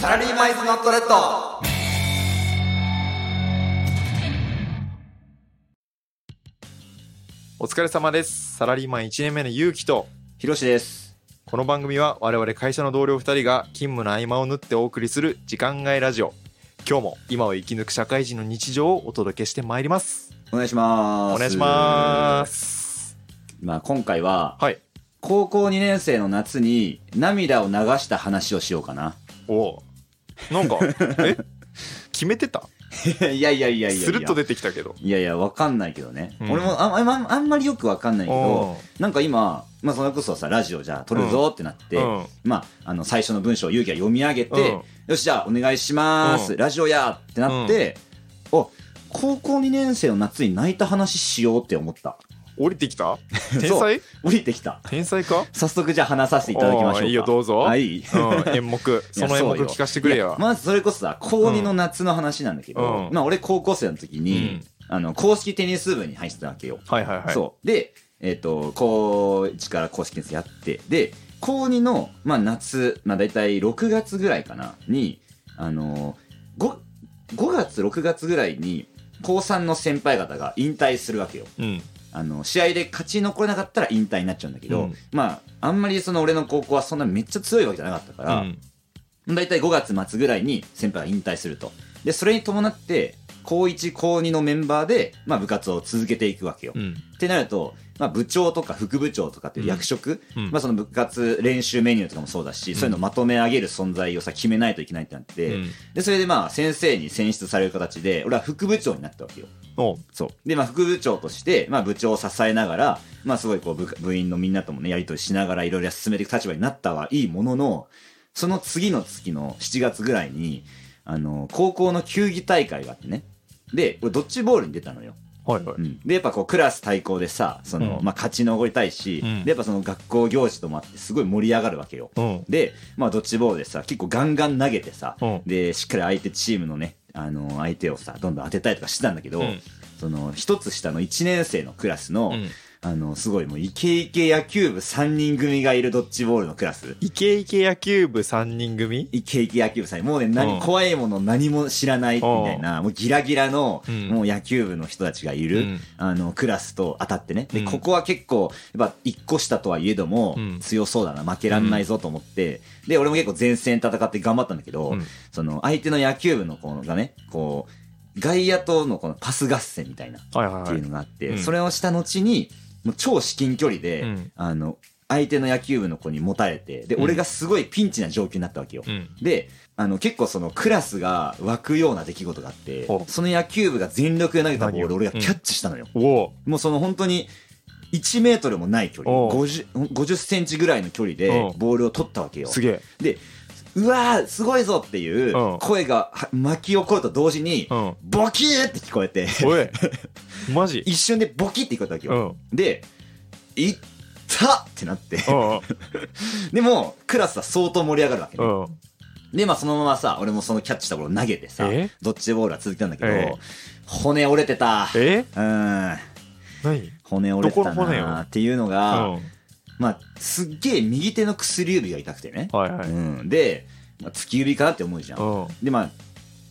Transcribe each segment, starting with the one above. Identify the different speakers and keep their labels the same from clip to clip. Speaker 1: サラリーマイズノットレッド
Speaker 2: お疲れ様です。サラリーマン1年目のゆうきと、
Speaker 3: ひろしです。
Speaker 2: この番組は我々会社の同僚2人が勤務の合間を縫ってお送りする時間外ラジオ。今日も今を生き抜く社会人の日常をお届けしてまいります。
Speaker 3: お願いします。
Speaker 2: お願いしま
Speaker 3: す。
Speaker 2: す。
Speaker 3: まあ今回は、
Speaker 2: はい。
Speaker 3: 高校2年生の夏に涙を流した話をしようか な。
Speaker 2: おうな んか、え決めてた
Speaker 3: いやいやいやいやいや。
Speaker 2: スルッと出てきたけど。
Speaker 3: いやいや、わかんないけどね。
Speaker 2: うん
Speaker 3: 俺もああんあんあんまりよくわかんないけど、
Speaker 2: お
Speaker 3: なんか今、まあそれこそさ、ラジオじゃあ撮るぞってなって、
Speaker 2: うん
Speaker 3: まあ、あの、最初の文章を勇気が読み上げて、
Speaker 2: うん
Speaker 3: よし、じゃあお願いします、
Speaker 2: うん
Speaker 3: ラジオやってなって、お、高校2年生の夏に泣いた話しようって思った。
Speaker 2: 降りてきた天才
Speaker 3: 降りてきた。
Speaker 2: 天才か
Speaker 3: 早速じゃあ話させていただきましょうか。
Speaker 2: おーいいよどうぞ
Speaker 3: はい。
Speaker 2: うん、演目。 その演目聞かせてくれ
Speaker 3: いや
Speaker 2: よ。
Speaker 3: まずそれこそさ、高2の夏の話なんだけど、
Speaker 2: うん
Speaker 3: まあ俺高校生の時に、あの、公式テニス部に入ってたわけよ。
Speaker 2: はいはいはい。
Speaker 3: そう。で、えっ、と、高1から公式テニスやって、で、高2の、まあ夏、まあ大体6月ぐらいかな、に、あのー、5、5月、6月ぐらいに、高3の先輩方が引退するわけよ。
Speaker 2: うん。
Speaker 3: あの、試合で勝ち残れなかったら引退になっちゃうんだけど、
Speaker 2: うん
Speaker 3: まあ、あんまりその俺の高校はそんなめっちゃ強いわけじゃなかったか
Speaker 2: う
Speaker 3: ら、
Speaker 2: ん。
Speaker 3: 大体5月末ぐらいに先輩が引退すると。で、それに伴って、高1、高2のメンバーで、まあ部活を続けていくわけよ。
Speaker 2: うん。
Speaker 3: ってなると、まあ部長とか副部長とかっていう役職、
Speaker 2: うん
Speaker 3: まあその部活練習メニューとかもそうだし、そういうのをまとめ上げる存在をさ、決めないといけないってなって、
Speaker 2: うん
Speaker 3: で、それでまあ先生に選出される形で、俺は副部長になったわけよ。
Speaker 2: おう
Speaker 3: そう。で、まあ、副部長として、まあ、部長を支えながら、まあ、すごい、こう部、部員のみんなともね、やりとりしながら、いろいろ進めていく立場になったはいいものの、その次の月の7月ぐらいに、あの、高校の球技大会があってね。で、俺、ドッジボールに出たのよ。。
Speaker 2: はいはいう
Speaker 3: ん。で、やっぱこう、クラス対抗でさ、その、
Speaker 2: うん
Speaker 3: まあ、勝ち残りたいし、
Speaker 2: うん
Speaker 3: で、やっぱその学校行事ともあって、すごい盛り上がるわけよ。
Speaker 2: うん。
Speaker 3: で、まあ、ドッジボールでさ、結構ガンガン投げてさ、
Speaker 2: うん
Speaker 3: で、しっかり相手チームのね、あの相手をさ、どんどん当てたりとかしてたんだけど、
Speaker 2: うん
Speaker 3: その、一つ下の1年生のクラスの、
Speaker 2: うん
Speaker 3: あの、すごいもうイケイケ野球部3人組がいるドッジボールのクラス。
Speaker 2: イケイケ野球部3人組
Speaker 3: イケイケ野球部さん、もうね、何、
Speaker 2: うん
Speaker 3: 怖いもの何も知らないみたいな、もうギラギラの、
Speaker 2: うん
Speaker 3: もう野球部の人たちがいる、
Speaker 2: うん
Speaker 3: あの、クラスと当たってね。で、
Speaker 2: うん
Speaker 3: ここは結構、やっぱ一個下とはいえども、
Speaker 2: うん
Speaker 3: 強そうだな、負けらんないぞと思って、で、俺も結構前線戦って頑張ったんだけど、
Speaker 2: うん
Speaker 3: その、相手の野球部の子がね、こう、外野とのこのパス合戦みたいな、っ
Speaker 2: はいはい
Speaker 3: て
Speaker 2: は
Speaker 3: いう
Speaker 2: い
Speaker 3: の。があって、
Speaker 2: うん
Speaker 3: それをした後に、もう超至近距離で、
Speaker 2: うん
Speaker 3: あの、相手の野球部の子に持たれて、で、
Speaker 2: うん
Speaker 3: 俺がすごいピンチな状況になったわけよ。
Speaker 2: うん。
Speaker 3: で、あの、結構そのクラスが湧くような出来事があって
Speaker 2: お、
Speaker 3: その野球部が全力で投げたボー
Speaker 2: 何
Speaker 3: ル
Speaker 2: を
Speaker 3: を俺がキャッチしたのよ。
Speaker 2: おお
Speaker 3: もうその本当に、1メートルもない距離、
Speaker 2: おう
Speaker 3: 50, 50センチぐらいの距離
Speaker 2: お
Speaker 3: で
Speaker 2: う
Speaker 3: ボールを取ったわけよ。
Speaker 2: すげえ。
Speaker 3: で、うわー、すごいぞっていう
Speaker 2: うん
Speaker 3: 声がは巻き起こると同時に
Speaker 2: う、ん。
Speaker 3: ボキーって聞こえて、
Speaker 2: お い。マジ
Speaker 3: 一瞬でボキって聞こえたわけ
Speaker 2: うん。う
Speaker 3: よ。
Speaker 2: ん。
Speaker 3: で、いったってなって、でも、クラスは相当盛り上がるわけね。
Speaker 2: うん。
Speaker 3: で、まあそのままさ、俺もそのキャッチしたボールを投げてさ
Speaker 2: え、
Speaker 3: ドッジボールは続いたんだけど、
Speaker 2: ええ
Speaker 3: 骨折れてた。
Speaker 2: え
Speaker 3: うん。
Speaker 2: 何
Speaker 3: 骨折れてた
Speaker 2: どこの骨よ
Speaker 3: なっていうの
Speaker 2: う
Speaker 3: が、
Speaker 2: ん。
Speaker 3: まあ、すっげえ右手の薬指が痛くてね。
Speaker 2: はいは
Speaker 3: う
Speaker 2: い。
Speaker 3: ん。で、まあ、突き指かなって思うじゃ。
Speaker 2: うんん。
Speaker 3: で、まあ、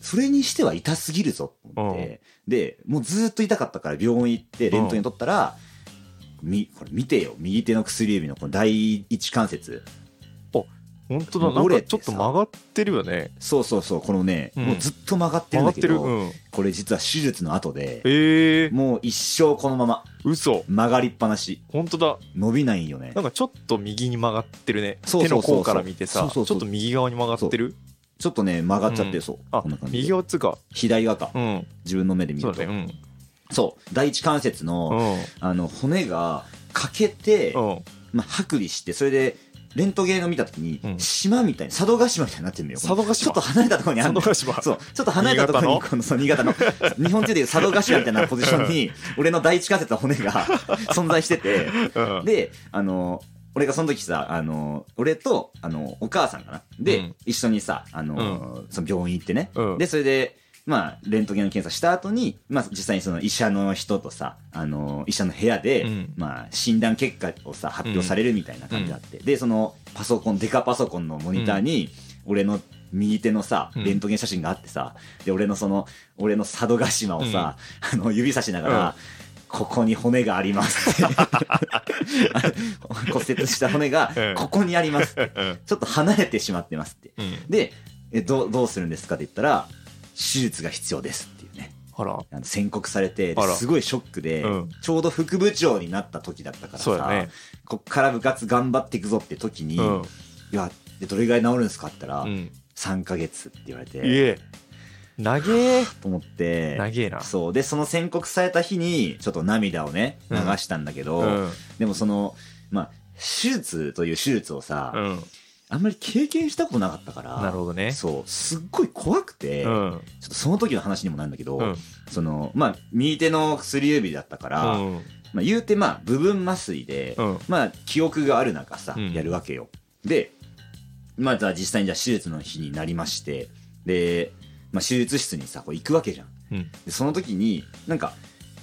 Speaker 3: それにしては痛すぎるぞと思って、で、もうずーっと痛かったから病院行って、レントゲン取ったら、み、これ見てよ。右手の薬指のこの第一関節。
Speaker 2: 本当だ。な
Speaker 3: 折
Speaker 2: ん
Speaker 3: れ
Speaker 2: か
Speaker 3: て
Speaker 2: ちょっと曲がってるよね。
Speaker 3: そうそうそう、このね、
Speaker 2: うん
Speaker 3: もうずっと曲がってるん
Speaker 2: 曲
Speaker 3: だ
Speaker 2: がっ
Speaker 3: け
Speaker 2: て
Speaker 3: ど、
Speaker 2: る。うん。
Speaker 3: これ実は手術の後で、
Speaker 2: ええ。
Speaker 3: もう一生このまま
Speaker 2: 嘘。
Speaker 3: 曲がりっぱなし、
Speaker 2: 本当だ。
Speaker 3: 伸びないんよね
Speaker 2: な。んかちょっと右に曲がってるね。
Speaker 3: そう
Speaker 2: 手
Speaker 3: そ
Speaker 2: の
Speaker 3: うそうそう
Speaker 2: 甲から見て
Speaker 3: そ
Speaker 2: さ
Speaker 3: う、
Speaker 2: ち
Speaker 3: そ
Speaker 2: ょ
Speaker 3: う
Speaker 2: っ
Speaker 3: そう
Speaker 2: と右側に曲がってる
Speaker 3: ちょっとね、曲がっちゃってる、そう。
Speaker 2: あ
Speaker 3: こんな、感じで。
Speaker 2: 右側っつうか。
Speaker 3: 左側か
Speaker 2: う。ん。
Speaker 3: 自分の目で見
Speaker 2: そ
Speaker 3: る
Speaker 2: う
Speaker 3: と。
Speaker 2: だね。
Speaker 3: そう。第一関節
Speaker 2: うん。う
Speaker 3: の、
Speaker 2: ん。
Speaker 3: あの、骨が欠けて、
Speaker 2: うん。
Speaker 3: まあ、剥離して、それで、レントゲンを見たときに
Speaker 2: う、ん
Speaker 3: 島みたいに、佐渡島みたいになってるのよ。
Speaker 2: 佐渡
Speaker 3: ちょっ
Speaker 2: 島
Speaker 3: と。離れたところにある
Speaker 2: 佐
Speaker 3: のよ
Speaker 2: 渡島。
Speaker 3: そう。ちょっと離れたところに、
Speaker 2: 新潟
Speaker 3: この、そう、新潟の、日本中でいう佐渡島みたいなポジション に、俺の第一関節の骨が 存在してて、
Speaker 2: うん。
Speaker 3: で、あの、俺がその時さ、あの、俺と、あの、お母さんかな。で、
Speaker 2: うん
Speaker 3: 一緒にさ、あの、その病院行ってね。
Speaker 2: うん
Speaker 3: で、それで、まあ、レントゲンの検査した後に、まあ、実際にその医者の人とさ、あの、医者の部屋で、
Speaker 2: うん
Speaker 3: まあ、診断結果をさ、発表されるみたいな感じがあって。で、その、パソコン、デカパソコンのモニターに、俺の右手のさ、
Speaker 2: うん
Speaker 3: レントゲン写真があってさ、で、俺のその、俺の佐渡島をさ、あの、指さしながら、ここに骨がありますって。 骨折した骨 が
Speaker 2: うん、
Speaker 3: ここにありますって。
Speaker 2: うん
Speaker 3: ちょっと離れてしまってますって。
Speaker 2: うん
Speaker 3: で、えどうどうするんですかって言ったら、手術が必要ですっていうね。
Speaker 2: あら
Speaker 3: あの宣告されて、で
Speaker 2: あら
Speaker 3: すごいショックで、
Speaker 2: うん
Speaker 3: ちょうど副部長になった時だったから
Speaker 2: そうや
Speaker 3: さ、
Speaker 2: ね
Speaker 3: こっから部活頑張っていくぞって時に、
Speaker 2: うん
Speaker 3: いや、でどれぐらい治るんですかって言ったら、
Speaker 2: うん
Speaker 3: 3ヶ月って言われて、
Speaker 2: いえ長え
Speaker 3: と思って、
Speaker 2: 長えな
Speaker 3: そう。で、その宣告された日に、ちょっと涙をね、流したんだけど、
Speaker 2: うん
Speaker 3: でもその、まあ、手術という手術をさ、
Speaker 2: うん
Speaker 3: あんまり経験したことなかったから、
Speaker 2: なるほどね
Speaker 3: そう、すっごい怖くて、
Speaker 2: うんうん
Speaker 3: ちょっとその時の話にもなるんだけど、
Speaker 2: うん
Speaker 3: その、まあ、右手の薬指だったから、まあ、言うてまあ部分麻酔で、
Speaker 2: うん
Speaker 3: まあ記憶がある中さ、
Speaker 2: うん
Speaker 3: やるわけよでまあじゃあ実際にじゃあ手術の日になりましてで、まあ、手術室にさこう行くわけじゃん
Speaker 2: うん
Speaker 3: でその時になんか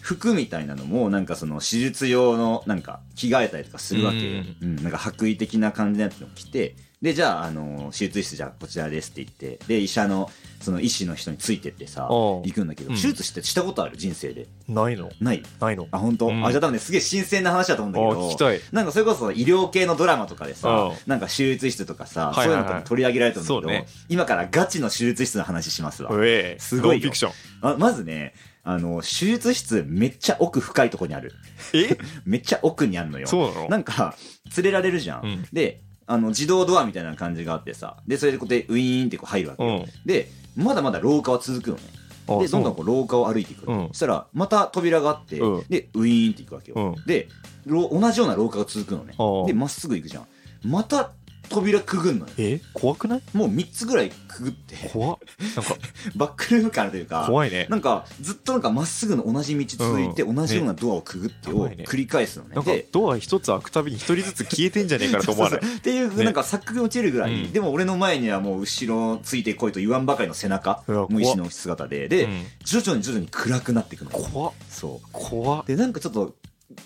Speaker 3: 服みたいなのもなんかその手術用のなんか着替えたりとかするわけよ、うんなんか白衣的な感じのやつを着てでじゃあ、あの手術室じゃあこちらですって言ってで医者のその医師の人についてってさ
Speaker 2: おう
Speaker 3: 行くんだけど、
Speaker 2: うん
Speaker 3: 手術してしたことある人生で
Speaker 2: ないの
Speaker 3: ない
Speaker 2: ないの
Speaker 3: あ、本当、
Speaker 2: うん
Speaker 3: あ、じゃあ多分ね、すげえ新鮮な話だと思うんだ
Speaker 2: あ聞
Speaker 3: け
Speaker 2: き
Speaker 3: ど、
Speaker 2: たい
Speaker 3: なんかそれこそ医療系のドラマとかでさ
Speaker 2: う、
Speaker 3: なんか手術室とかさ、
Speaker 2: はい
Speaker 3: そう
Speaker 2: はいはい
Speaker 3: いうのとかも取り上げられてるんだけど、
Speaker 2: そうね
Speaker 3: 今からガチの手術室の話しますわ。
Speaker 2: うえ
Speaker 3: すごいよ
Speaker 2: ノンフィクション
Speaker 3: あまずね、あの、手術室めっちゃ奥深いとこにある。
Speaker 2: え
Speaker 3: めっちゃ奥にあるのよ。
Speaker 2: そうなの
Speaker 3: なんか、連れられるじゃん。
Speaker 2: うん
Speaker 3: で、あの、自動ドアみたいな感じがあってさ、で、それでこうやってウィーンってこう入るわけよ。
Speaker 2: うん
Speaker 3: で、まだまだ廊下は続くのね。
Speaker 2: あ
Speaker 3: で、どんどん
Speaker 2: そ
Speaker 3: こう廊下を歩いていくの。
Speaker 2: うん
Speaker 3: そしたら、また扉があって、
Speaker 2: うん
Speaker 3: で、ウィーンって行くわけよ。
Speaker 2: う
Speaker 3: で、ろ同じような廊下が続くのね
Speaker 2: あ。ー
Speaker 3: で、まっすぐ行くじゃん。また扉くぐんのよ。
Speaker 2: え怖くない
Speaker 3: もう3つぐらいくぐって、
Speaker 2: 怖っなんか
Speaker 3: バックルーム感あるというか、
Speaker 2: 怖いね
Speaker 3: なんか、ずっとなんかまっすぐの同じ道続いて、
Speaker 2: うん
Speaker 3: 同じようなドアをくぐって
Speaker 2: ね
Speaker 3: を
Speaker 2: 怖いね
Speaker 3: 繰り返すのね。
Speaker 2: なんか
Speaker 3: で、
Speaker 2: ドア一つ開くたびに一人ずつ消えてんじゃねえかなと思わない
Speaker 3: そうそうそうっていう、
Speaker 2: ね
Speaker 3: なんか錯覚に落ちるぐらい、
Speaker 2: うん
Speaker 3: でも俺の前にはもう後ろついてこいと言わんばかりの背中、
Speaker 2: うわ
Speaker 3: もう医師の姿で、で、
Speaker 2: うん
Speaker 3: 徐々に徐々に暗くなっていくの。
Speaker 2: 怖っ
Speaker 3: そう。
Speaker 2: 怖っ
Speaker 3: でなんかちょっと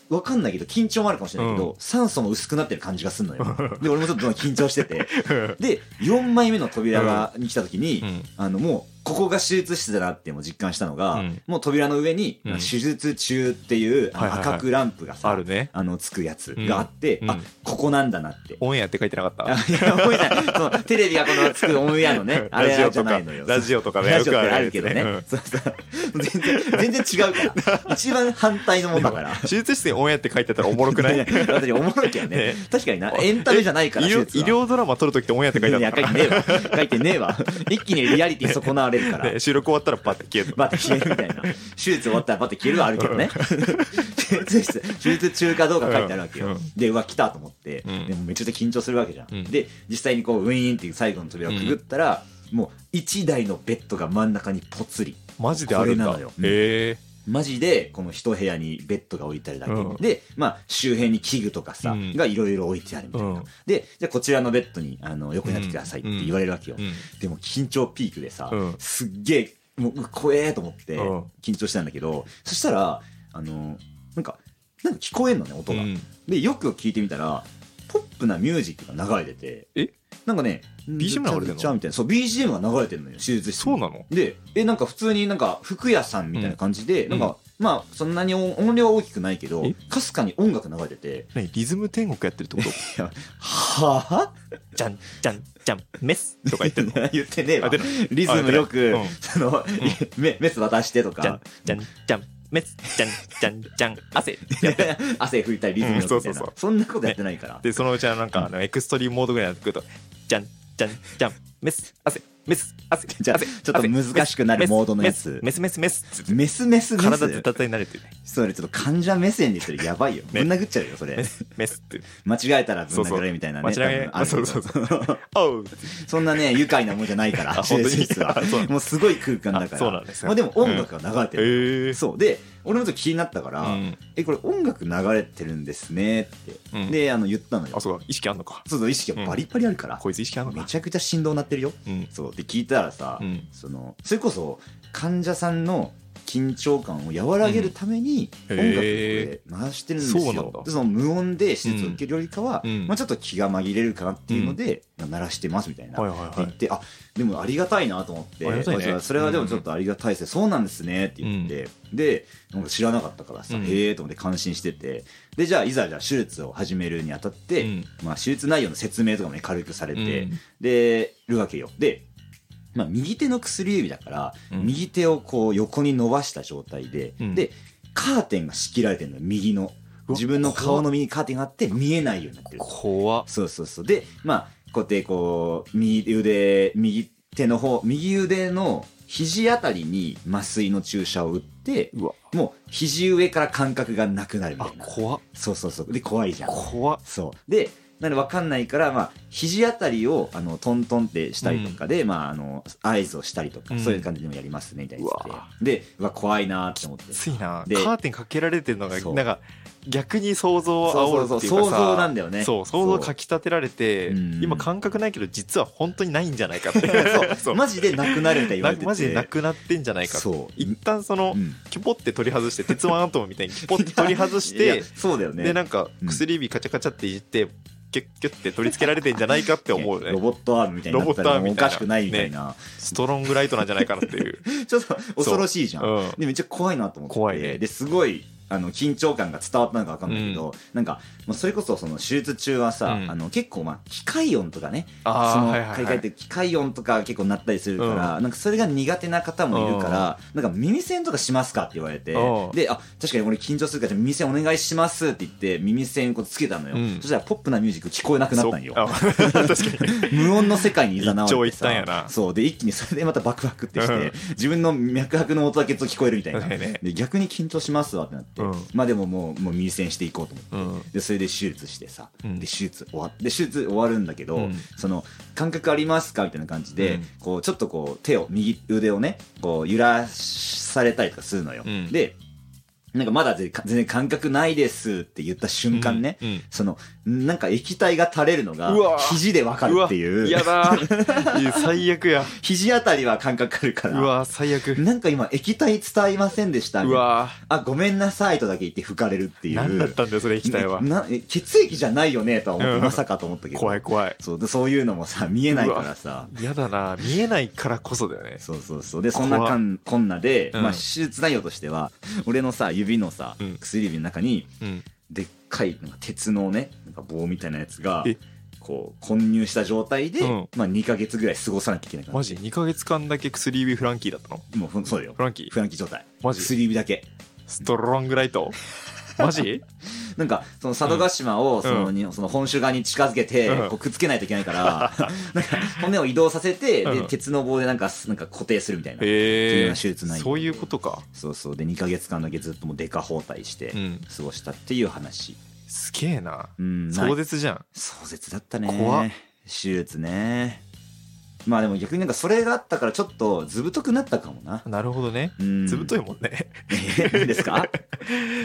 Speaker 3: わかんないけど緊張もあるかもしれないけど、
Speaker 2: うん
Speaker 3: 酸素も薄くなってる感じがするのよで俺もちょっと緊張しててで4枚目の扉が、に来た時に、
Speaker 2: うん
Speaker 3: あのもうここが手術室だなってもう実感したのが、
Speaker 2: うん
Speaker 3: もう扉の上に、
Speaker 2: うん
Speaker 3: 手術中っていうあの
Speaker 2: はいはいはい
Speaker 3: 赤くランプがさ、
Speaker 2: あるね
Speaker 3: あのつくやつがあって、
Speaker 2: うん
Speaker 3: あ
Speaker 2: うん
Speaker 3: ここなんだなって。
Speaker 2: オンエアって書いてなか
Speaker 3: あ
Speaker 2: っ
Speaker 3: いや覚えてないそのテレビがこのつくオンエアのね
Speaker 2: た
Speaker 3: あれ
Speaker 2: ラジオ
Speaker 3: じゃ
Speaker 2: と
Speaker 3: な
Speaker 2: か
Speaker 3: いのよ
Speaker 2: ラジオとかね
Speaker 3: ラジオって
Speaker 2: よく
Speaker 3: あ
Speaker 2: あ
Speaker 3: る
Speaker 2: る
Speaker 3: け
Speaker 2: やつ
Speaker 3: ど
Speaker 2: ね
Speaker 3: ね。
Speaker 2: うん
Speaker 3: そうそう。全然、全然違う から。一番反対のもんだから。
Speaker 2: 手術室にオンエアって書いてたらおもろくない
Speaker 3: いや
Speaker 2: 医
Speaker 3: いや私、おもろいけどね
Speaker 2: ね。
Speaker 3: 確かにな。 エンタメじゃないから、
Speaker 2: 療
Speaker 3: 手術
Speaker 2: 医
Speaker 3: は
Speaker 2: 療ドラマ撮るときってオンエアって書いて
Speaker 3: い
Speaker 2: あ
Speaker 3: や
Speaker 2: っ
Speaker 3: 書いてねえわ。書いてねえわ。一気にリアリティ損なわれるか
Speaker 2: た
Speaker 3: ら
Speaker 2: ね。収録終わったらバッて消える
Speaker 3: バッて消えるみたいな。手術終わったらバッて消えるはあるけどね。手術室手術中かどうか書いてあるわけ
Speaker 2: う
Speaker 3: よ
Speaker 2: ん。
Speaker 3: で、うわ、来たと思って、
Speaker 2: うん
Speaker 3: でもめちゃくちゃ緊張するわけじゃん。
Speaker 2: うん
Speaker 3: で、実際にこう、ウィーンっていう最後の扉をくぐったら、もう1台のベッドが真ん中にぽつり。
Speaker 2: マジであるん
Speaker 3: これ
Speaker 2: だ
Speaker 3: なのようん
Speaker 2: へえ
Speaker 3: マジで、この一部屋にベッドが置いてあるだけ。
Speaker 2: うん
Speaker 3: で、まあ、周辺に器具とかさ、
Speaker 2: うん
Speaker 3: がいろいろ置いてあるみたいな。
Speaker 2: うん
Speaker 3: で、じゃあこちらのベッドに、あの、横になってくださいって言われるわけよ。
Speaker 2: うん
Speaker 3: でも、緊張ピークでさ、
Speaker 2: うん
Speaker 3: すっげえ、もう、うわ怖えと思って
Speaker 2: うん、
Speaker 3: 緊張したんだけど、そしたら、あの、なんか、なんか聞こえんのね、音が。
Speaker 2: うん
Speaker 3: で、よく聞いてみたら、ポップなミュージックが流れてて、
Speaker 2: え
Speaker 3: なんかね、
Speaker 2: BGM 流れてんの
Speaker 3: ちゃうみたいな。そう、BGM が流れてるのよ、手術室に。
Speaker 2: そうなの
Speaker 3: で、え、なんか普通になんか服屋さんみたいな感じで、
Speaker 2: ん
Speaker 3: なんか、まあそんなに音音量は大きくないけど
Speaker 2: え、
Speaker 3: かすかに音楽流れてて、
Speaker 2: 何リズム天国やってるって こと
Speaker 3: はぁ
Speaker 2: じゃんじゃんじゃんメスとか言ってんの
Speaker 3: 言ってねえわ
Speaker 2: あ出な。
Speaker 3: リズムよく、
Speaker 2: あ
Speaker 3: その、メメス渡してと
Speaker 2: じゃん
Speaker 3: か、
Speaker 2: じゃんじゃんメスじゃんじゃんじゃん汗
Speaker 3: 汗拭いたりリズムよくみた
Speaker 2: う
Speaker 3: い
Speaker 2: んそうそう
Speaker 3: な
Speaker 2: そう。
Speaker 3: そんなことやってないから。
Speaker 2: でそのうちはなんかあのエクストリームモードぐらいになってくるとじゃんじゃんじゃんメス汗メス汗
Speaker 3: じゃあ
Speaker 2: 汗
Speaker 3: ちょっと難しくなる
Speaker 2: 汗
Speaker 3: モードのやつ
Speaker 2: メスメスメスメス
Speaker 3: メスメスメス。
Speaker 2: 体でたたに慣れてるね
Speaker 3: それちょっと患者目線で言ったらやばいよ。ぶ
Speaker 2: ね
Speaker 3: ん殴っちゃうよ、そ
Speaker 2: メ
Speaker 3: れ。
Speaker 2: スメスって
Speaker 3: 間違えたらぶん殴られるみたいなね。
Speaker 2: そうそう間違え
Speaker 3: 多分あるけど
Speaker 2: そうそうおう
Speaker 3: そんなね、愉快なもんじゃないから、
Speaker 2: あ本当に
Speaker 3: 手術室 は
Speaker 2: あそう。
Speaker 3: もうすごい空間だか
Speaker 2: あ
Speaker 3: ら。
Speaker 2: そうなんですね
Speaker 3: まあでも音楽が流れてる。
Speaker 2: ええ
Speaker 3: そう。で、俺もちょっと気になったから、
Speaker 2: うん
Speaker 3: え、これ音楽流れてるんですねって。
Speaker 2: うん
Speaker 3: で、あの、言ったのよ
Speaker 2: あ。そうか意識あんのか
Speaker 3: そうそう、意識がバリバリあるから。
Speaker 2: こいつ意識あんの
Speaker 3: め
Speaker 2: か
Speaker 3: ちゃくちゃ振動鳴ってるよ。
Speaker 2: うん
Speaker 3: そう。って聞いたらさ、
Speaker 2: うん
Speaker 3: そのそれこそ患者さんの緊張感を和らげるために
Speaker 2: う
Speaker 3: 音
Speaker 2: ん
Speaker 3: 楽とか
Speaker 2: へ
Speaker 3: で回してるんです
Speaker 2: そうなん
Speaker 3: よ
Speaker 2: だ。
Speaker 3: でその無音で施設を受けるよりかは、
Speaker 2: うん
Speaker 3: まあ、ちょっと気が紛れるかなっていうので、まあ鳴らしてますみたいな。
Speaker 2: はいはい
Speaker 3: って言
Speaker 2: は
Speaker 3: っ
Speaker 2: い。
Speaker 3: てあでもありがたいなと思って
Speaker 2: ありがたいね
Speaker 3: じゃあそれはでもちょっとありがたいですね、そうなんですねって言って、でなんか知らなかったからさ、
Speaker 2: うん
Speaker 3: へえと思って感心しててでじゃあいざじゃあ手術を始めるにあたって、
Speaker 2: うん
Speaker 3: まあ、手術内容の説明とかも、ね、軽くされて、
Speaker 2: うん
Speaker 3: でるわけよで、まあ、右手の薬指だから、
Speaker 2: うん
Speaker 3: 右手をこう横に伸ばした状態で、
Speaker 2: うん
Speaker 3: でカーテンが仕切られてるの右の
Speaker 2: うわ
Speaker 3: 自分の顔の右にカーテンがあって見えないようになってる
Speaker 2: 怖っ。
Speaker 3: そうそうそう。で、まあ、こうやってこう、右腕、右手の方、右腕の肘あたりに麻酔の注射を打って、
Speaker 2: うわ。
Speaker 3: もう肘上から感覚がなくなるみ
Speaker 2: あ
Speaker 3: たい、な。
Speaker 2: 怖っ。
Speaker 3: そうそうそう。で、怖いじゃん。
Speaker 2: 怖っ。
Speaker 3: そう。で、なんでわかんないから、まあ、肘あたりを、あの、トントンってしたりとかで、まあ、あの、合図をしたりとか、
Speaker 2: うん
Speaker 3: そういう感じでもやりますね、みたいなやつ
Speaker 2: うわ
Speaker 3: で。で、うわ、怖いなーって思って。
Speaker 2: ついな。
Speaker 3: で
Speaker 2: カーテンかけられてるのが、
Speaker 3: そう
Speaker 2: なんか、逆に想像を煽るっていうかさ。
Speaker 3: そうそうそう想像なんだよね
Speaker 2: そう、想像をかき立てられて、
Speaker 3: うん
Speaker 2: 今感覚ないけど、実は本当にないんじゃないかって。
Speaker 3: そう。マジでなくなるみたいな言わ
Speaker 2: な
Speaker 3: れてて。
Speaker 2: マジでなくなってんじゃないかって
Speaker 3: そう
Speaker 2: 一旦その、
Speaker 3: うん
Speaker 2: キュポって取り外して鉄腕アトムみたいにキュポって取り外し
Speaker 3: いや
Speaker 2: て、
Speaker 3: そうだよね。
Speaker 2: でなんか
Speaker 3: うん
Speaker 2: 薬指カチャカチャっていじってキュッキュッて取り付けられてんじゃないかって思 う
Speaker 3: ロ
Speaker 2: ね
Speaker 3: ボットアームみたいになった
Speaker 2: ロボットア
Speaker 3: ら
Speaker 2: ーム
Speaker 3: もう
Speaker 2: み
Speaker 3: お
Speaker 2: たいな
Speaker 3: かしくないみたいな、
Speaker 2: ストロングライトなんじゃないかなっ ていう、
Speaker 3: ちょっと恐ろしいじゃん、
Speaker 2: うん、
Speaker 3: でめっちゃ怖いなと思って
Speaker 2: 怖いね
Speaker 3: ですごいあの緊張感が伝わったのか分かんないけど、なんか、まあ、それこそその手術中はさ、
Speaker 2: うん
Speaker 3: あの結構まあ機械音とかね
Speaker 2: あー
Speaker 3: その
Speaker 2: はいはいはい
Speaker 3: 海外って機械音とか結構なったりするから、なんかそれが苦手な方もいるから、なんか耳栓とかしますかって言われて、
Speaker 2: うん
Speaker 3: であ確かに俺緊張するからじゃあ耳栓お願いしますって言って耳栓こうつけたのよ、
Speaker 2: うん
Speaker 3: そしたらポップなミュージック聞こえなくなったんよ
Speaker 2: そうあ確かに
Speaker 3: 無音の世界に誘わ
Speaker 2: 一長
Speaker 3: れて
Speaker 2: 一短や
Speaker 3: さ
Speaker 2: な
Speaker 3: そうで一気にそれでまたバクバクってして、
Speaker 2: うん
Speaker 3: 自分の脈拍の音だけずっと聞こえるみたいな、
Speaker 2: 確かにね
Speaker 3: で逆に緊張しますわってなって、
Speaker 2: うん
Speaker 3: まあでももうもう耳栓してい こうと思って、
Speaker 2: うん
Speaker 3: でそれで手術してさ、
Speaker 2: うん
Speaker 3: で手術終わって手術終わるんだけど、
Speaker 2: うん
Speaker 3: その感覚ありますかみたいな感じで、
Speaker 2: うん
Speaker 3: こうちょっとこう手を右腕をねこう揺らされたりとかするのよ、
Speaker 2: うん
Speaker 3: でなんかまだ全然感覚ないですって言った瞬間ね、
Speaker 2: うんうん
Speaker 3: そのなんか液体が垂れるのが
Speaker 2: うわ
Speaker 3: 肘でわかるっていう
Speaker 2: わや だーいや最悪や
Speaker 3: 肘あたりは感覚あるか
Speaker 2: う
Speaker 3: ら。
Speaker 2: わー最悪
Speaker 3: なんか今、液体伝えませんでした。
Speaker 2: うわ
Speaker 3: あ、ごめんなさいとだけ言って吹かれるってい
Speaker 2: ー
Speaker 3: う。
Speaker 2: 何だったんだよそれ液体は
Speaker 3: なえ血液じゃないよねとは思って、
Speaker 2: うん
Speaker 3: まさかと思ったけど。
Speaker 2: 怖い怖い
Speaker 3: そうでそういうのもさ、見えないからさ。
Speaker 2: やだな見えないからこそだよね
Speaker 3: そうそうそう。で、そんなかん、こんなで、
Speaker 2: うん
Speaker 3: まあ、手術内容としては、俺のさ、指のさ
Speaker 2: うん、
Speaker 3: 薬指の中に、
Speaker 2: うん
Speaker 3: でっかい、なんか鉄のね、なんか棒みたいなやつが
Speaker 2: え、
Speaker 3: こう、混入した状態で、
Speaker 2: うん
Speaker 3: まあ、2ヶ月ぐらい過ごさなきゃいけないから。
Speaker 2: マジ2ヶ月間だけ薬指フランキーだったの
Speaker 3: もう、ほんそうだよ
Speaker 2: フ。ランキー
Speaker 3: フランキー状態。
Speaker 2: マジ
Speaker 3: 薬指だけ。
Speaker 2: ストロングライト マジ
Speaker 3: なんか、その佐渡島を、その、
Speaker 2: う
Speaker 3: にその本州側に近づけて
Speaker 2: うん、
Speaker 3: こうくっつけないといけない から、なんか、骨を移動させて、で
Speaker 2: う、ん
Speaker 3: 鉄の棒でなんか、なんか固定するみたいな。っていうよう
Speaker 2: へ
Speaker 3: な
Speaker 2: え
Speaker 3: 手術内容
Speaker 2: そういうことか
Speaker 3: そうそう。で、2ヶ月間だけずっともうデカ包帯して
Speaker 2: うん、
Speaker 3: 過ごしたっていう話。
Speaker 2: すげえな
Speaker 3: うん、ない
Speaker 2: 壮絶じゃん
Speaker 3: 壮絶だったね。
Speaker 2: 怖っ
Speaker 3: 手術ね。まあでも逆になんかそれがあったからちょっとずぶとくなったかもな。
Speaker 2: なるほどね
Speaker 3: うん。
Speaker 2: ずぶ と
Speaker 3: い。
Speaker 2: いもんね
Speaker 3: ですか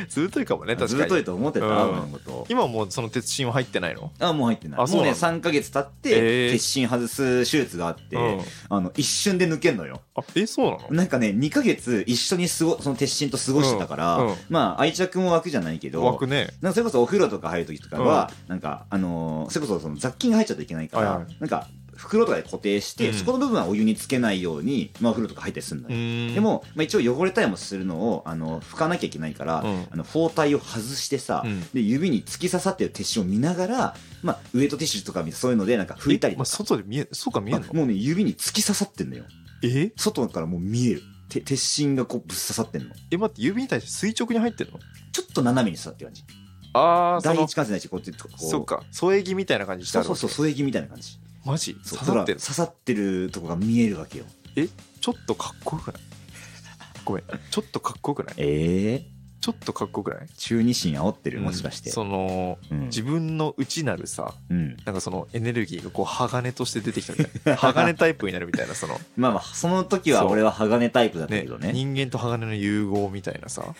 Speaker 2: ずぶといかもね
Speaker 3: ず
Speaker 2: 確
Speaker 3: ぶ
Speaker 2: か
Speaker 3: とい
Speaker 2: に
Speaker 3: と思ってた、
Speaker 2: うん
Speaker 3: 青のこと。
Speaker 2: 今もうその鉄心は入ってないの
Speaker 3: あ、もう入ってない。
Speaker 2: あそう
Speaker 3: もう
Speaker 2: なん
Speaker 3: ね、
Speaker 2: だ
Speaker 3: 3ヶ月経っ
Speaker 2: へ
Speaker 3: て、
Speaker 2: ー
Speaker 3: 鉄心外す手術があって、
Speaker 2: うん
Speaker 3: あの、一瞬で抜けんのよ。
Speaker 2: あえそうなの
Speaker 3: なんかね、2ヶ月一緒に過ご、その鉄心と過ごしてたから、
Speaker 2: うんうん
Speaker 3: まあ、愛着も湧くじゃないけど、
Speaker 2: 湧くね
Speaker 3: なんかそれこそお風呂とか入る時とかは、なんか、あのーそれこそその雑菌が入っちゃうといけないから、
Speaker 2: はいはい
Speaker 3: なんか、袋とかで固定して、
Speaker 2: うん
Speaker 3: そこの部分はお湯につけないように、まあ、お風呂とか入ったりするの
Speaker 2: う
Speaker 3: よ。
Speaker 2: ーん
Speaker 3: でも、まあ、一応汚れたりもするのを、あの、拭かなきゃいけないから、
Speaker 2: うん
Speaker 3: あの、包帯を外してさ、
Speaker 2: うん
Speaker 3: で、指に突き刺さってる鉄心を見ながら、まあ、ウエットティッシュとかそういうので、なんか拭いたり
Speaker 2: えま
Speaker 3: と
Speaker 2: あ
Speaker 3: か、
Speaker 2: 外で見えそうか見えんの
Speaker 3: あもうね、指に突き刺さってんのよ。
Speaker 2: え
Speaker 3: 外からもう見える。て鉄心がこうぶっ刺さってんの。
Speaker 2: え待って指に対して垂直に入ってんの
Speaker 3: ちょっと斜めに刺さってる感じ。
Speaker 2: ああそ
Speaker 3: 第
Speaker 2: の
Speaker 3: 一関節ないし、こうやってこう。
Speaker 2: そっか添え木みたいな感じして
Speaker 3: そ
Speaker 2: あ
Speaker 3: う
Speaker 2: る
Speaker 3: そうそう、添え木みたいな感じ。
Speaker 2: マジ
Speaker 3: そう
Speaker 2: 刺さっ
Speaker 3: だから
Speaker 2: てる
Speaker 3: 刺さってるとこが見えるわけよ。
Speaker 2: えちょっとかっこよくないごめんちょっとかっこよくない
Speaker 3: ええ
Speaker 2: ちょっとかっこよくない
Speaker 3: 中二心煽ってる、もしかして。
Speaker 2: その、
Speaker 3: うん
Speaker 2: 自分の内なるさ
Speaker 3: うん。
Speaker 2: なんかそのエネルギーがこう鋼として出てきたみ たいな鋼タイプになるみたいな その、
Speaker 3: まあまあ、その時は
Speaker 2: そう
Speaker 3: 俺は鋼タイプだった
Speaker 2: ね
Speaker 3: けどね。
Speaker 2: 人間と鋼の融合みたいな さ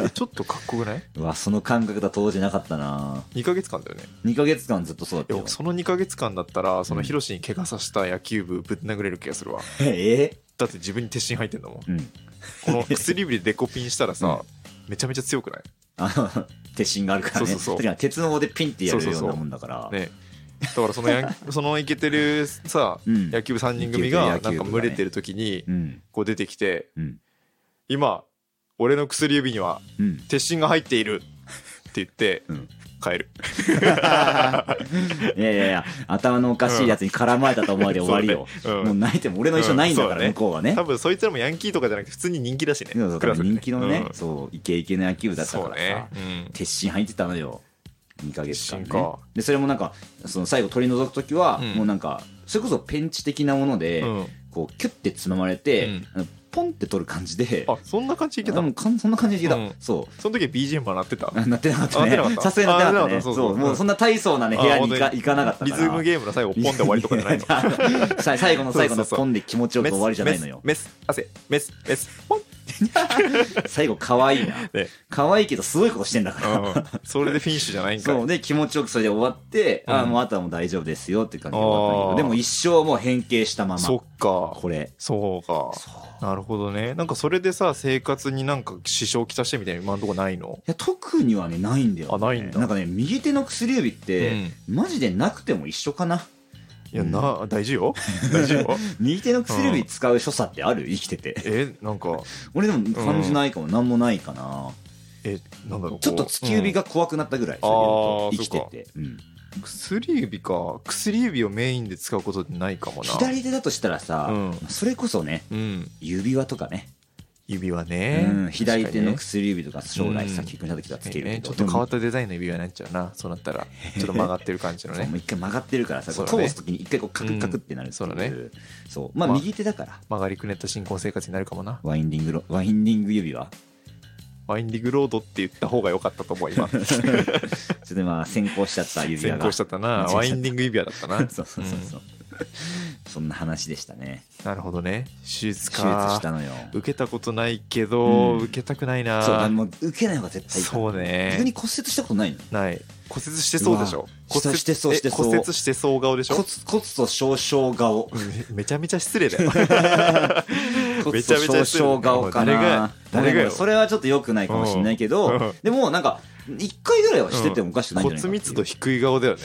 Speaker 2: えちょっとかっこよくないう
Speaker 3: わ、その感覚だ当時なかったな
Speaker 2: 2ヶ月間だよね
Speaker 3: 2ヶ月間ずっとそうだった
Speaker 2: い
Speaker 3: よ
Speaker 2: や。その2ヶ月間だったらそうの
Speaker 3: ん
Speaker 2: ヒロシに怪我させた野球部ぶん殴れる気がするわ
Speaker 3: え
Speaker 2: だって自分に鉄心入ってんだもんこ
Speaker 3: うん。
Speaker 2: の薬指でデコピンしたらさ、めちゃめちゃ強くない
Speaker 3: あの、鉄心があるからね。
Speaker 2: そうそうそう
Speaker 3: 確かに鉄の棒でピンってやる
Speaker 2: そうそ
Speaker 3: よう
Speaker 2: うそう
Speaker 3: なもんだから。
Speaker 2: ねだからそのや そのイケてるさ、
Speaker 3: うん
Speaker 2: 野球部3人組が
Speaker 3: イケて
Speaker 2: なん
Speaker 3: る野球部
Speaker 2: か
Speaker 3: がね
Speaker 2: 群れてる時に
Speaker 3: うん。
Speaker 2: こう出てきて
Speaker 3: うん。
Speaker 2: 「今俺の薬指には
Speaker 3: うん。
Speaker 2: 鉄心が入っている」って言って
Speaker 3: うん
Speaker 2: 帰る、
Speaker 3: いやいやいや、頭のおかしいやつに絡まれたと思われて終わりよ。
Speaker 2: そうねうん
Speaker 3: もう泣いても俺の一緒ないんだから、
Speaker 2: うん
Speaker 3: 向こうはね
Speaker 2: 多。分そいつらもヤンキーとかじゃなくて普通に人気だしね
Speaker 3: そうそう
Speaker 2: クラスでね
Speaker 3: 人気のね
Speaker 2: う、ん
Speaker 3: そう、イケイケの野球部だった
Speaker 2: そ
Speaker 3: か
Speaker 2: う
Speaker 3: ら
Speaker 2: ね
Speaker 3: さ、、
Speaker 2: うん
Speaker 3: 鉄心入ってたのよ。2ヶ月間、ね
Speaker 2: 鉄心か。
Speaker 3: で、それもなんか、その最後取り除くときは、
Speaker 2: うん
Speaker 3: もうなんか、それこそペンチ的なもので、
Speaker 2: うん
Speaker 3: こう、キュッてつままれて、
Speaker 2: うん
Speaker 3: あのポンって取る感じで、
Speaker 2: あそんな感じでいけ
Speaker 3: あ
Speaker 2: た
Speaker 3: もうかんそんな感じでいけた。
Speaker 2: うん
Speaker 3: そう。
Speaker 2: その時は BGM は鳴ってた
Speaker 3: あなってなかった
Speaker 2: あなってなかっ
Speaker 3: ね。
Speaker 2: た
Speaker 3: さすがになってなかった
Speaker 2: あなってなかった
Speaker 3: ね。
Speaker 2: そ
Speaker 3: そうう
Speaker 2: そうう
Speaker 3: も
Speaker 2: ん
Speaker 3: うそんな大層なね、部屋に行
Speaker 2: あ
Speaker 3: か
Speaker 2: 本当
Speaker 3: 行かなかったから。
Speaker 2: リズムゲームの最後ポンで終わりとかじゃない の
Speaker 3: さ最後の最後のポンで気持ちよく終わりじゃないのよ。
Speaker 2: メスメス汗メスメスポン
Speaker 3: 最後可愛いな
Speaker 2: ね。
Speaker 3: 可愛いけどすごいことしてんだから。
Speaker 2: うんそれでフィニッシュじゃないんかい
Speaker 3: そうで気持ちよくそれで終わって、あ
Speaker 2: う
Speaker 3: あ
Speaker 2: ん
Speaker 3: もうあとはもう大丈夫ですよっていう感じで終わったんだ
Speaker 2: あー
Speaker 3: けどでも一生もう変形したまま
Speaker 2: そっか
Speaker 3: これ
Speaker 2: そうかなるほどねなんかそれでさ生活になんか支障をきたしてみたいな今のとこないの
Speaker 3: いや特にはねないんだよ、ね、
Speaker 2: あないんだ
Speaker 3: なんかね右手の薬指って、マジでなくても一緒かない
Speaker 2: や
Speaker 3: うん
Speaker 2: な大事 よ大事よ
Speaker 3: 右手の薬指使う所作ってある生きてて
Speaker 2: えなんか
Speaker 3: 俺でも感じないかも、なん、もないかな
Speaker 2: えなんだろう
Speaker 3: ちょっと突き指
Speaker 2: が
Speaker 3: が怖くなったぐらい、
Speaker 2: う
Speaker 3: それ
Speaker 2: ん
Speaker 3: で言う
Speaker 2: あ
Speaker 3: と
Speaker 2: ー
Speaker 3: 生きてて、うん
Speaker 2: 薬指か薬指をメインで使うことってないかもな
Speaker 3: 左手だとしたらさ、
Speaker 2: うん
Speaker 3: それこそね
Speaker 2: うん
Speaker 3: 指輪とかね、
Speaker 2: 指輪ね
Speaker 3: うん、左手の
Speaker 2: 確
Speaker 3: 薬指とか将来
Speaker 2: う
Speaker 3: さ
Speaker 2: ん
Speaker 3: 結婚した時はつ
Speaker 2: か
Speaker 3: け
Speaker 2: に
Speaker 3: るけ
Speaker 2: ね
Speaker 3: ど、
Speaker 2: ちょっと変わっ
Speaker 3: った
Speaker 2: デザインの指輪になっちゃうなそうなっ たらちょっと曲がってる感じのね
Speaker 3: もう一回曲がってるからさ、
Speaker 2: そうだ
Speaker 3: こう
Speaker 2: ね
Speaker 3: 通す時に一回こうカクカクってなるっていう、
Speaker 2: うんそうだね
Speaker 3: そうまあ
Speaker 2: まあ
Speaker 3: 右手だから、
Speaker 2: 曲がりくねった新婚生活になるかもな
Speaker 3: ワインディングロワインディング指輪
Speaker 2: ワインディングロードって言った方が良かったと思 う今
Speaker 3: ちょっと今先行しちゃった指輪
Speaker 2: 先
Speaker 3: が
Speaker 2: 行しちゃっ たなワインディング指輪だったな
Speaker 3: そうそうそうそう、そんな話でしたね
Speaker 2: なるほどね手術
Speaker 3: 手術し
Speaker 2: か
Speaker 3: たのよ
Speaker 2: 受けたことないけど、
Speaker 3: うん
Speaker 2: 受けたくないな
Speaker 3: そうもう受けない方が絶対いいから
Speaker 2: そうね
Speaker 3: 逆に骨折したことないの
Speaker 2: ない骨折してそうでし
Speaker 3: う
Speaker 2: ょ
Speaker 3: わ
Speaker 2: 骨折
Speaker 3: してそう
Speaker 2: え
Speaker 3: してそう
Speaker 2: 骨折してそう顔でしょ
Speaker 3: 骨骨と少々顔
Speaker 2: めめちゃめちゃ失礼だよ
Speaker 3: 骨
Speaker 2: めちゃめ
Speaker 3: 粗
Speaker 2: ちゃ失
Speaker 3: し
Speaker 2: 礼
Speaker 3: ょう顔か
Speaker 2: 誰
Speaker 3: な
Speaker 2: が。誰がよ
Speaker 3: もうそれはちょっと良くないかもしれないけ
Speaker 2: うんう
Speaker 3: ど
Speaker 2: ん、
Speaker 3: でもなんか、一回ぐらいは しててもおかしくないんじゃないか
Speaker 2: 骨
Speaker 3: なってい
Speaker 2: 密
Speaker 3: う
Speaker 2: 度低い顔だよ ね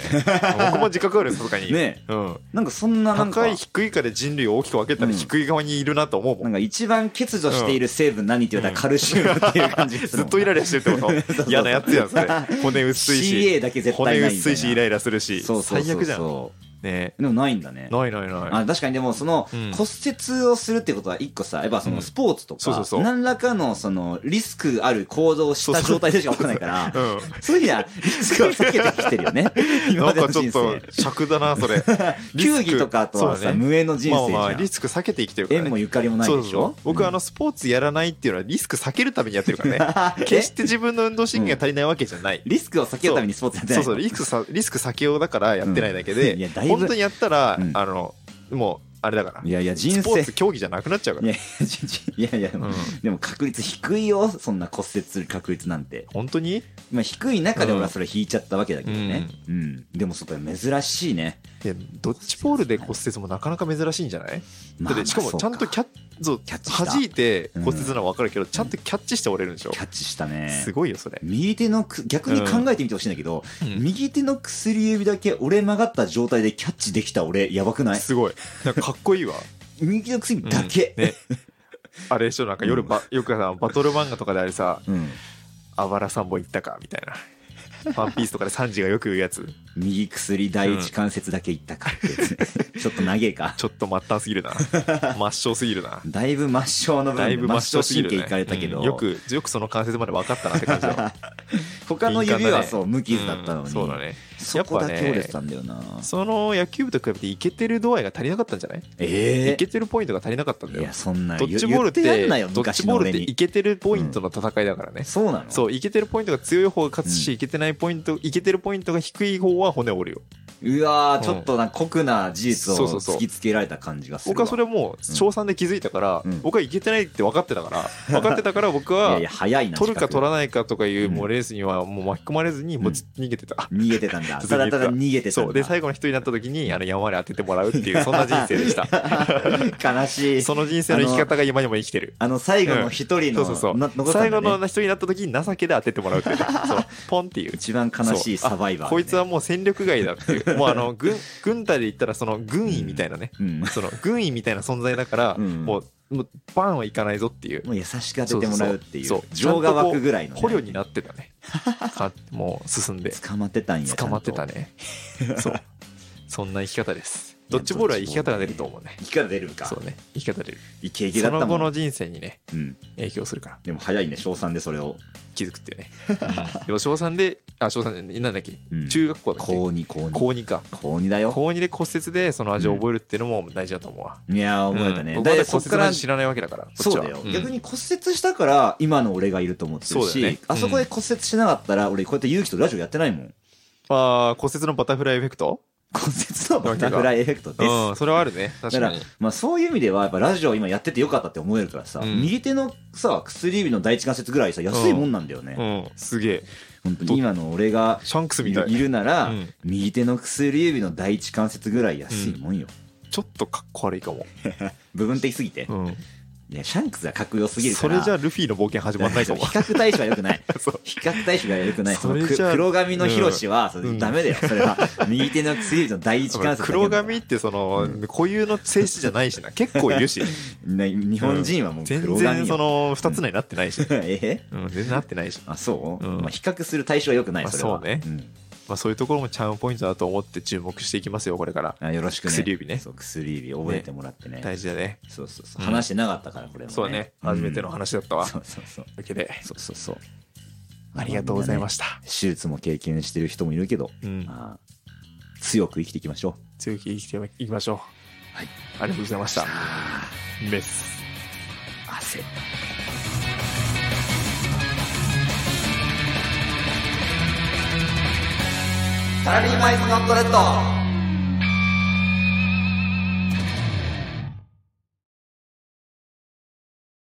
Speaker 2: 僕も自覚あるよとかに、
Speaker 3: ね
Speaker 2: うん、
Speaker 3: なんかそんななんか
Speaker 2: 高、い低いかで人類を大きく分けたら
Speaker 3: うん
Speaker 2: 低い側にいるなと思うもん
Speaker 3: なんか一番欠如している成分何って言われたらカルシウムっていう感じがす
Speaker 2: ず
Speaker 3: る
Speaker 2: っ
Speaker 3: もん。
Speaker 2: とイライラしてるってこ
Speaker 3: そう
Speaker 2: と嫌なやつやん それ骨薄い
Speaker 3: CA
Speaker 2: し
Speaker 3: だけ絶対ないみ
Speaker 2: 骨
Speaker 3: たいな。
Speaker 2: 薄いしイライラするし
Speaker 3: そうそうそうそう
Speaker 2: 最悪じゃんねえ
Speaker 3: でもないんだね。
Speaker 2: ないないない
Speaker 3: あ確かにでもその
Speaker 2: うん
Speaker 3: 骨折をするってことは一個さやっぱそ
Speaker 2: うん
Speaker 3: のスポーツと
Speaker 2: そうそう
Speaker 3: か
Speaker 2: そう
Speaker 3: 何らかのそのリスクある行動をした状態でしか起こらないから
Speaker 2: うん
Speaker 3: そういう意味ではリスクを避けてきてるよ ね今
Speaker 2: な
Speaker 3: ま
Speaker 2: ん
Speaker 3: での
Speaker 2: かちょ
Speaker 3: 人
Speaker 2: っと
Speaker 3: 生
Speaker 2: 尺だなそれ
Speaker 3: 球技とかとは
Speaker 2: そう
Speaker 3: さ、
Speaker 2: ね
Speaker 3: 無縁の人生じゃん、
Speaker 2: まあまあリスク避けて生きてるから
Speaker 3: 縁も
Speaker 2: ね
Speaker 3: ゆかりもない
Speaker 2: そう
Speaker 3: で
Speaker 2: そう
Speaker 3: し
Speaker 2: そ
Speaker 3: ょ
Speaker 2: う僕あ
Speaker 3: の
Speaker 2: のスポーツやらないっていうのはリスク避けるためにやって るからね決して自分の運動神経が足りないわけじゃない
Speaker 3: リスクを避けるためにスポーツやってな
Speaker 2: そう
Speaker 3: い
Speaker 2: そうリスクさリスク避けようだからやってないだけ
Speaker 3: う
Speaker 2: で
Speaker 3: んいやだいぶ
Speaker 2: 本当にやったら
Speaker 3: うん
Speaker 2: あのもうあれだから
Speaker 3: いやいや人
Speaker 2: スポー
Speaker 3: 生
Speaker 2: ツ競技じゃなくなっちゃうか
Speaker 3: い
Speaker 2: ら
Speaker 3: やいや人生いやいやでも,、
Speaker 2: うん
Speaker 3: でも確率低いよそんな骨折する確率なんて、
Speaker 2: 本当に
Speaker 3: まあ、低い中で俺はそれ引いちゃったわけだけどね、うんでもそこは珍しいね、
Speaker 2: いやドッジボールで骨折もなかなか珍しいんじゃない、
Speaker 3: まあ、
Speaker 2: だってしかもちゃんとキ
Speaker 3: ャ
Speaker 2: ャッそう
Speaker 3: キャッチした
Speaker 2: 弾いて骨折なのは分かるけど、ちゃんとキャッチして折れるんでしょ
Speaker 3: キ、ャッチしたね
Speaker 2: すごいよそれ、
Speaker 3: 右手のく逆に考えてみてほしいんだけど、右手の薬指だけ折れ曲がった状態でキャッチできた俺やばくない
Speaker 2: すごいなんかかっこいいわ
Speaker 3: 右の薬指だけ、
Speaker 2: うんねあれでしょなんか夜ば、よくさバトル漫画とかであれさ
Speaker 3: うん
Speaker 2: 「あばらさんも行ったか」みたいな「ワンピースとかでサンジがよく言うやつ
Speaker 3: 右薬第一関節だけいったかってやつね、 ちょっと長えか
Speaker 2: ちょっと末端す ぎるな抹消すぎるな
Speaker 3: だいぶ抹消の部
Speaker 2: だい
Speaker 3: 分
Speaker 2: ぶ
Speaker 3: で
Speaker 2: 抹
Speaker 3: 抹
Speaker 2: 消
Speaker 3: 消
Speaker 2: すぎ
Speaker 3: 神
Speaker 2: る、ね
Speaker 3: 経いかれたけど、
Speaker 2: うんよく よくその関節まで分かったなって感じだわ
Speaker 3: 他の
Speaker 2: 敏感
Speaker 3: 指
Speaker 2: だ
Speaker 3: は
Speaker 2: ね
Speaker 3: そう無傷だったのに、
Speaker 2: うんそうだね
Speaker 3: そこだ
Speaker 2: や
Speaker 3: け
Speaker 2: っぱね
Speaker 3: 折れてたんだよな。
Speaker 2: その野球部と比べてイケてる度合いが足りなかったんじゃない
Speaker 3: え
Speaker 2: イケてるポイントが足りなかったん
Speaker 3: い
Speaker 2: だよ
Speaker 3: や、そんな
Speaker 2: ドッジボールっ
Speaker 3: 言ってや
Speaker 2: て
Speaker 3: んなよ、
Speaker 2: ドッ
Speaker 3: 昔
Speaker 2: ジ
Speaker 3: の
Speaker 2: ボールっ
Speaker 3: 俺
Speaker 2: て
Speaker 3: に
Speaker 2: イ。ケてるポイントの戦いだからね、
Speaker 3: そうなの
Speaker 2: そうイケてるポイントが強い方が勝つし、
Speaker 3: う
Speaker 2: イケてないポイントイケてるポイントが低い方は骨折るよ
Speaker 3: うわ
Speaker 2: う
Speaker 3: ー、
Speaker 2: ん
Speaker 3: ちょっとな、酷な事実
Speaker 2: そ
Speaker 3: を
Speaker 2: うそうそう
Speaker 3: 突きつけられた感じがする
Speaker 2: 僕
Speaker 3: わ。
Speaker 2: はそれもう小3で気づいたから、
Speaker 3: うん
Speaker 2: 僕はイケてないって分かってたから分かってたから僕
Speaker 3: い
Speaker 2: は
Speaker 3: やいや、早いな。
Speaker 2: 取るか
Speaker 3: 比較
Speaker 2: 取らないかとかいう
Speaker 3: うん
Speaker 2: もうレースにはもう巻き込まれずにもうず逃げてた、
Speaker 3: 逃げてたんだ。
Speaker 2: ずっと
Speaker 3: ただただ逃げてたん
Speaker 2: そ
Speaker 3: だ。
Speaker 2: うで最後の人になった時にあの山に当ててもらうって いうそんな人生でした
Speaker 3: 悲しい。
Speaker 2: その人生の生き方が今にも生きてる
Speaker 3: あの、最後の一人の、
Speaker 2: そうそうそう、
Speaker 3: な残ったんだね
Speaker 2: 最後の人になった時に情けで当ててもら うっていうそうポンっていう
Speaker 3: 一番悲しいサバイバーね。
Speaker 2: こいつはもう戦力外だっていうもうあ の軍軍隊で言ったらその軍医みたいなね、
Speaker 3: うん、
Speaker 2: その軍医みたいな存在だから、
Speaker 3: うん
Speaker 2: もうもうバーンはいかないぞっていう
Speaker 3: もう優しく当ててもらうっていう
Speaker 2: そうそうそう
Speaker 3: 情が湧くぐらいのね、
Speaker 2: 捕虜になって たねかもう進んで
Speaker 3: 捕まってたんや
Speaker 2: 捕まってた
Speaker 3: ね
Speaker 2: ねそうそんな生き方ですドッジボールは生き方が出ると思うね
Speaker 3: 生き方出るんか
Speaker 2: そうね生き方出る
Speaker 3: イケイケだ
Speaker 2: そ
Speaker 3: っ
Speaker 2: の
Speaker 3: た
Speaker 2: 後
Speaker 3: もん
Speaker 2: の人生にね
Speaker 3: うん、
Speaker 2: 影響するから
Speaker 3: でも早いね小3でそれを、
Speaker 2: 気づくっていうね、うんでも小3であ小3でなんだっけ、
Speaker 3: うん
Speaker 2: 中学校だっけ
Speaker 3: 高2高2
Speaker 2: 高2か
Speaker 3: 高2だよ
Speaker 2: 高2で骨折でその味を覚えるっていうのも大事だと思うわ、
Speaker 3: いやー覚えたね、
Speaker 2: うん、
Speaker 3: だ
Speaker 2: だ
Speaker 3: い
Speaker 2: か
Speaker 3: た
Speaker 2: ら
Speaker 3: いそ
Speaker 2: 骨
Speaker 3: っ
Speaker 2: 折
Speaker 3: か
Speaker 2: なん
Speaker 3: ら
Speaker 2: て知らないわけだからこっちは
Speaker 3: そうだよ、
Speaker 2: ん
Speaker 3: 逆に骨折したから今の俺がいると思ってる
Speaker 2: そう
Speaker 3: し、
Speaker 2: だよね
Speaker 3: あそこで骨折しなかったら俺こうやって勇気とラジオやってないもん
Speaker 2: あー骨折のバタフライエフェクト
Speaker 3: 骨折のバタフライエフェクトです、
Speaker 2: うんそれはあるね確
Speaker 3: だ
Speaker 2: か
Speaker 3: から
Speaker 2: に、
Speaker 3: まあ、そういう意味ではやっぱラジオ今やっててよかったって思えるからさ、
Speaker 2: うん
Speaker 3: 右手のさ薬指の第一関節ぐらいさ安いもんなんだよね、
Speaker 2: うんすげえ
Speaker 3: 本当に今の俺が
Speaker 2: シャンクス
Speaker 3: い
Speaker 2: みたい
Speaker 3: るいるなら、
Speaker 2: うん
Speaker 3: 右手の薬指の第一関節ぐらい安いもんよ、
Speaker 2: ちょっとかっこ悪いかも、
Speaker 3: 部分的すぎて、
Speaker 2: うん、
Speaker 3: いやシャンクスがかっこよすぎるか
Speaker 2: そ
Speaker 3: ら
Speaker 2: れじゃルフィの冒険始まんないかも
Speaker 3: 比較対象はよくない
Speaker 2: そう
Speaker 3: 比較対象がよくないそ
Speaker 2: それ
Speaker 3: の
Speaker 2: じゃ
Speaker 3: く黒髪のヒロシは、それ
Speaker 2: うん
Speaker 3: ダメだよそれは 右手の薬指の第一関節だけ
Speaker 2: 黒髪ってその、固有の性質じゃない しな結構いるし
Speaker 3: ね日本人はもう
Speaker 2: 全
Speaker 3: 黒
Speaker 2: 然
Speaker 3: 髪よ
Speaker 2: その2つのになってないし、
Speaker 3: え
Speaker 2: うん、全然なってないし、
Speaker 3: あそう、
Speaker 2: うん
Speaker 3: まあ、比較する対象はよくない
Speaker 2: まあ
Speaker 3: それは、
Speaker 2: そうね
Speaker 3: ん
Speaker 2: まあ、そういうところもチャームポイントだと思って注目していきますよこれから
Speaker 3: あよろしくね
Speaker 2: 薬指ね
Speaker 3: そう薬指覚えてもらってね
Speaker 2: 大事だね
Speaker 3: そうそうそう
Speaker 2: うん
Speaker 3: 話してなかったからこれも、ね、
Speaker 2: そうだね
Speaker 3: ん
Speaker 2: 初めての話だったわ、
Speaker 3: そうそうそう
Speaker 2: わけで
Speaker 3: そうそうそう
Speaker 2: ありがとうございました、
Speaker 3: 手術も経験してる人もいるけど、
Speaker 2: うん
Speaker 3: まあ、強く生きていきましょ
Speaker 2: 強気生きていきましょう
Speaker 3: はい
Speaker 2: ありがとうございました
Speaker 3: う。
Speaker 2: メス
Speaker 3: 汗
Speaker 1: サラリーマンイズノットレッド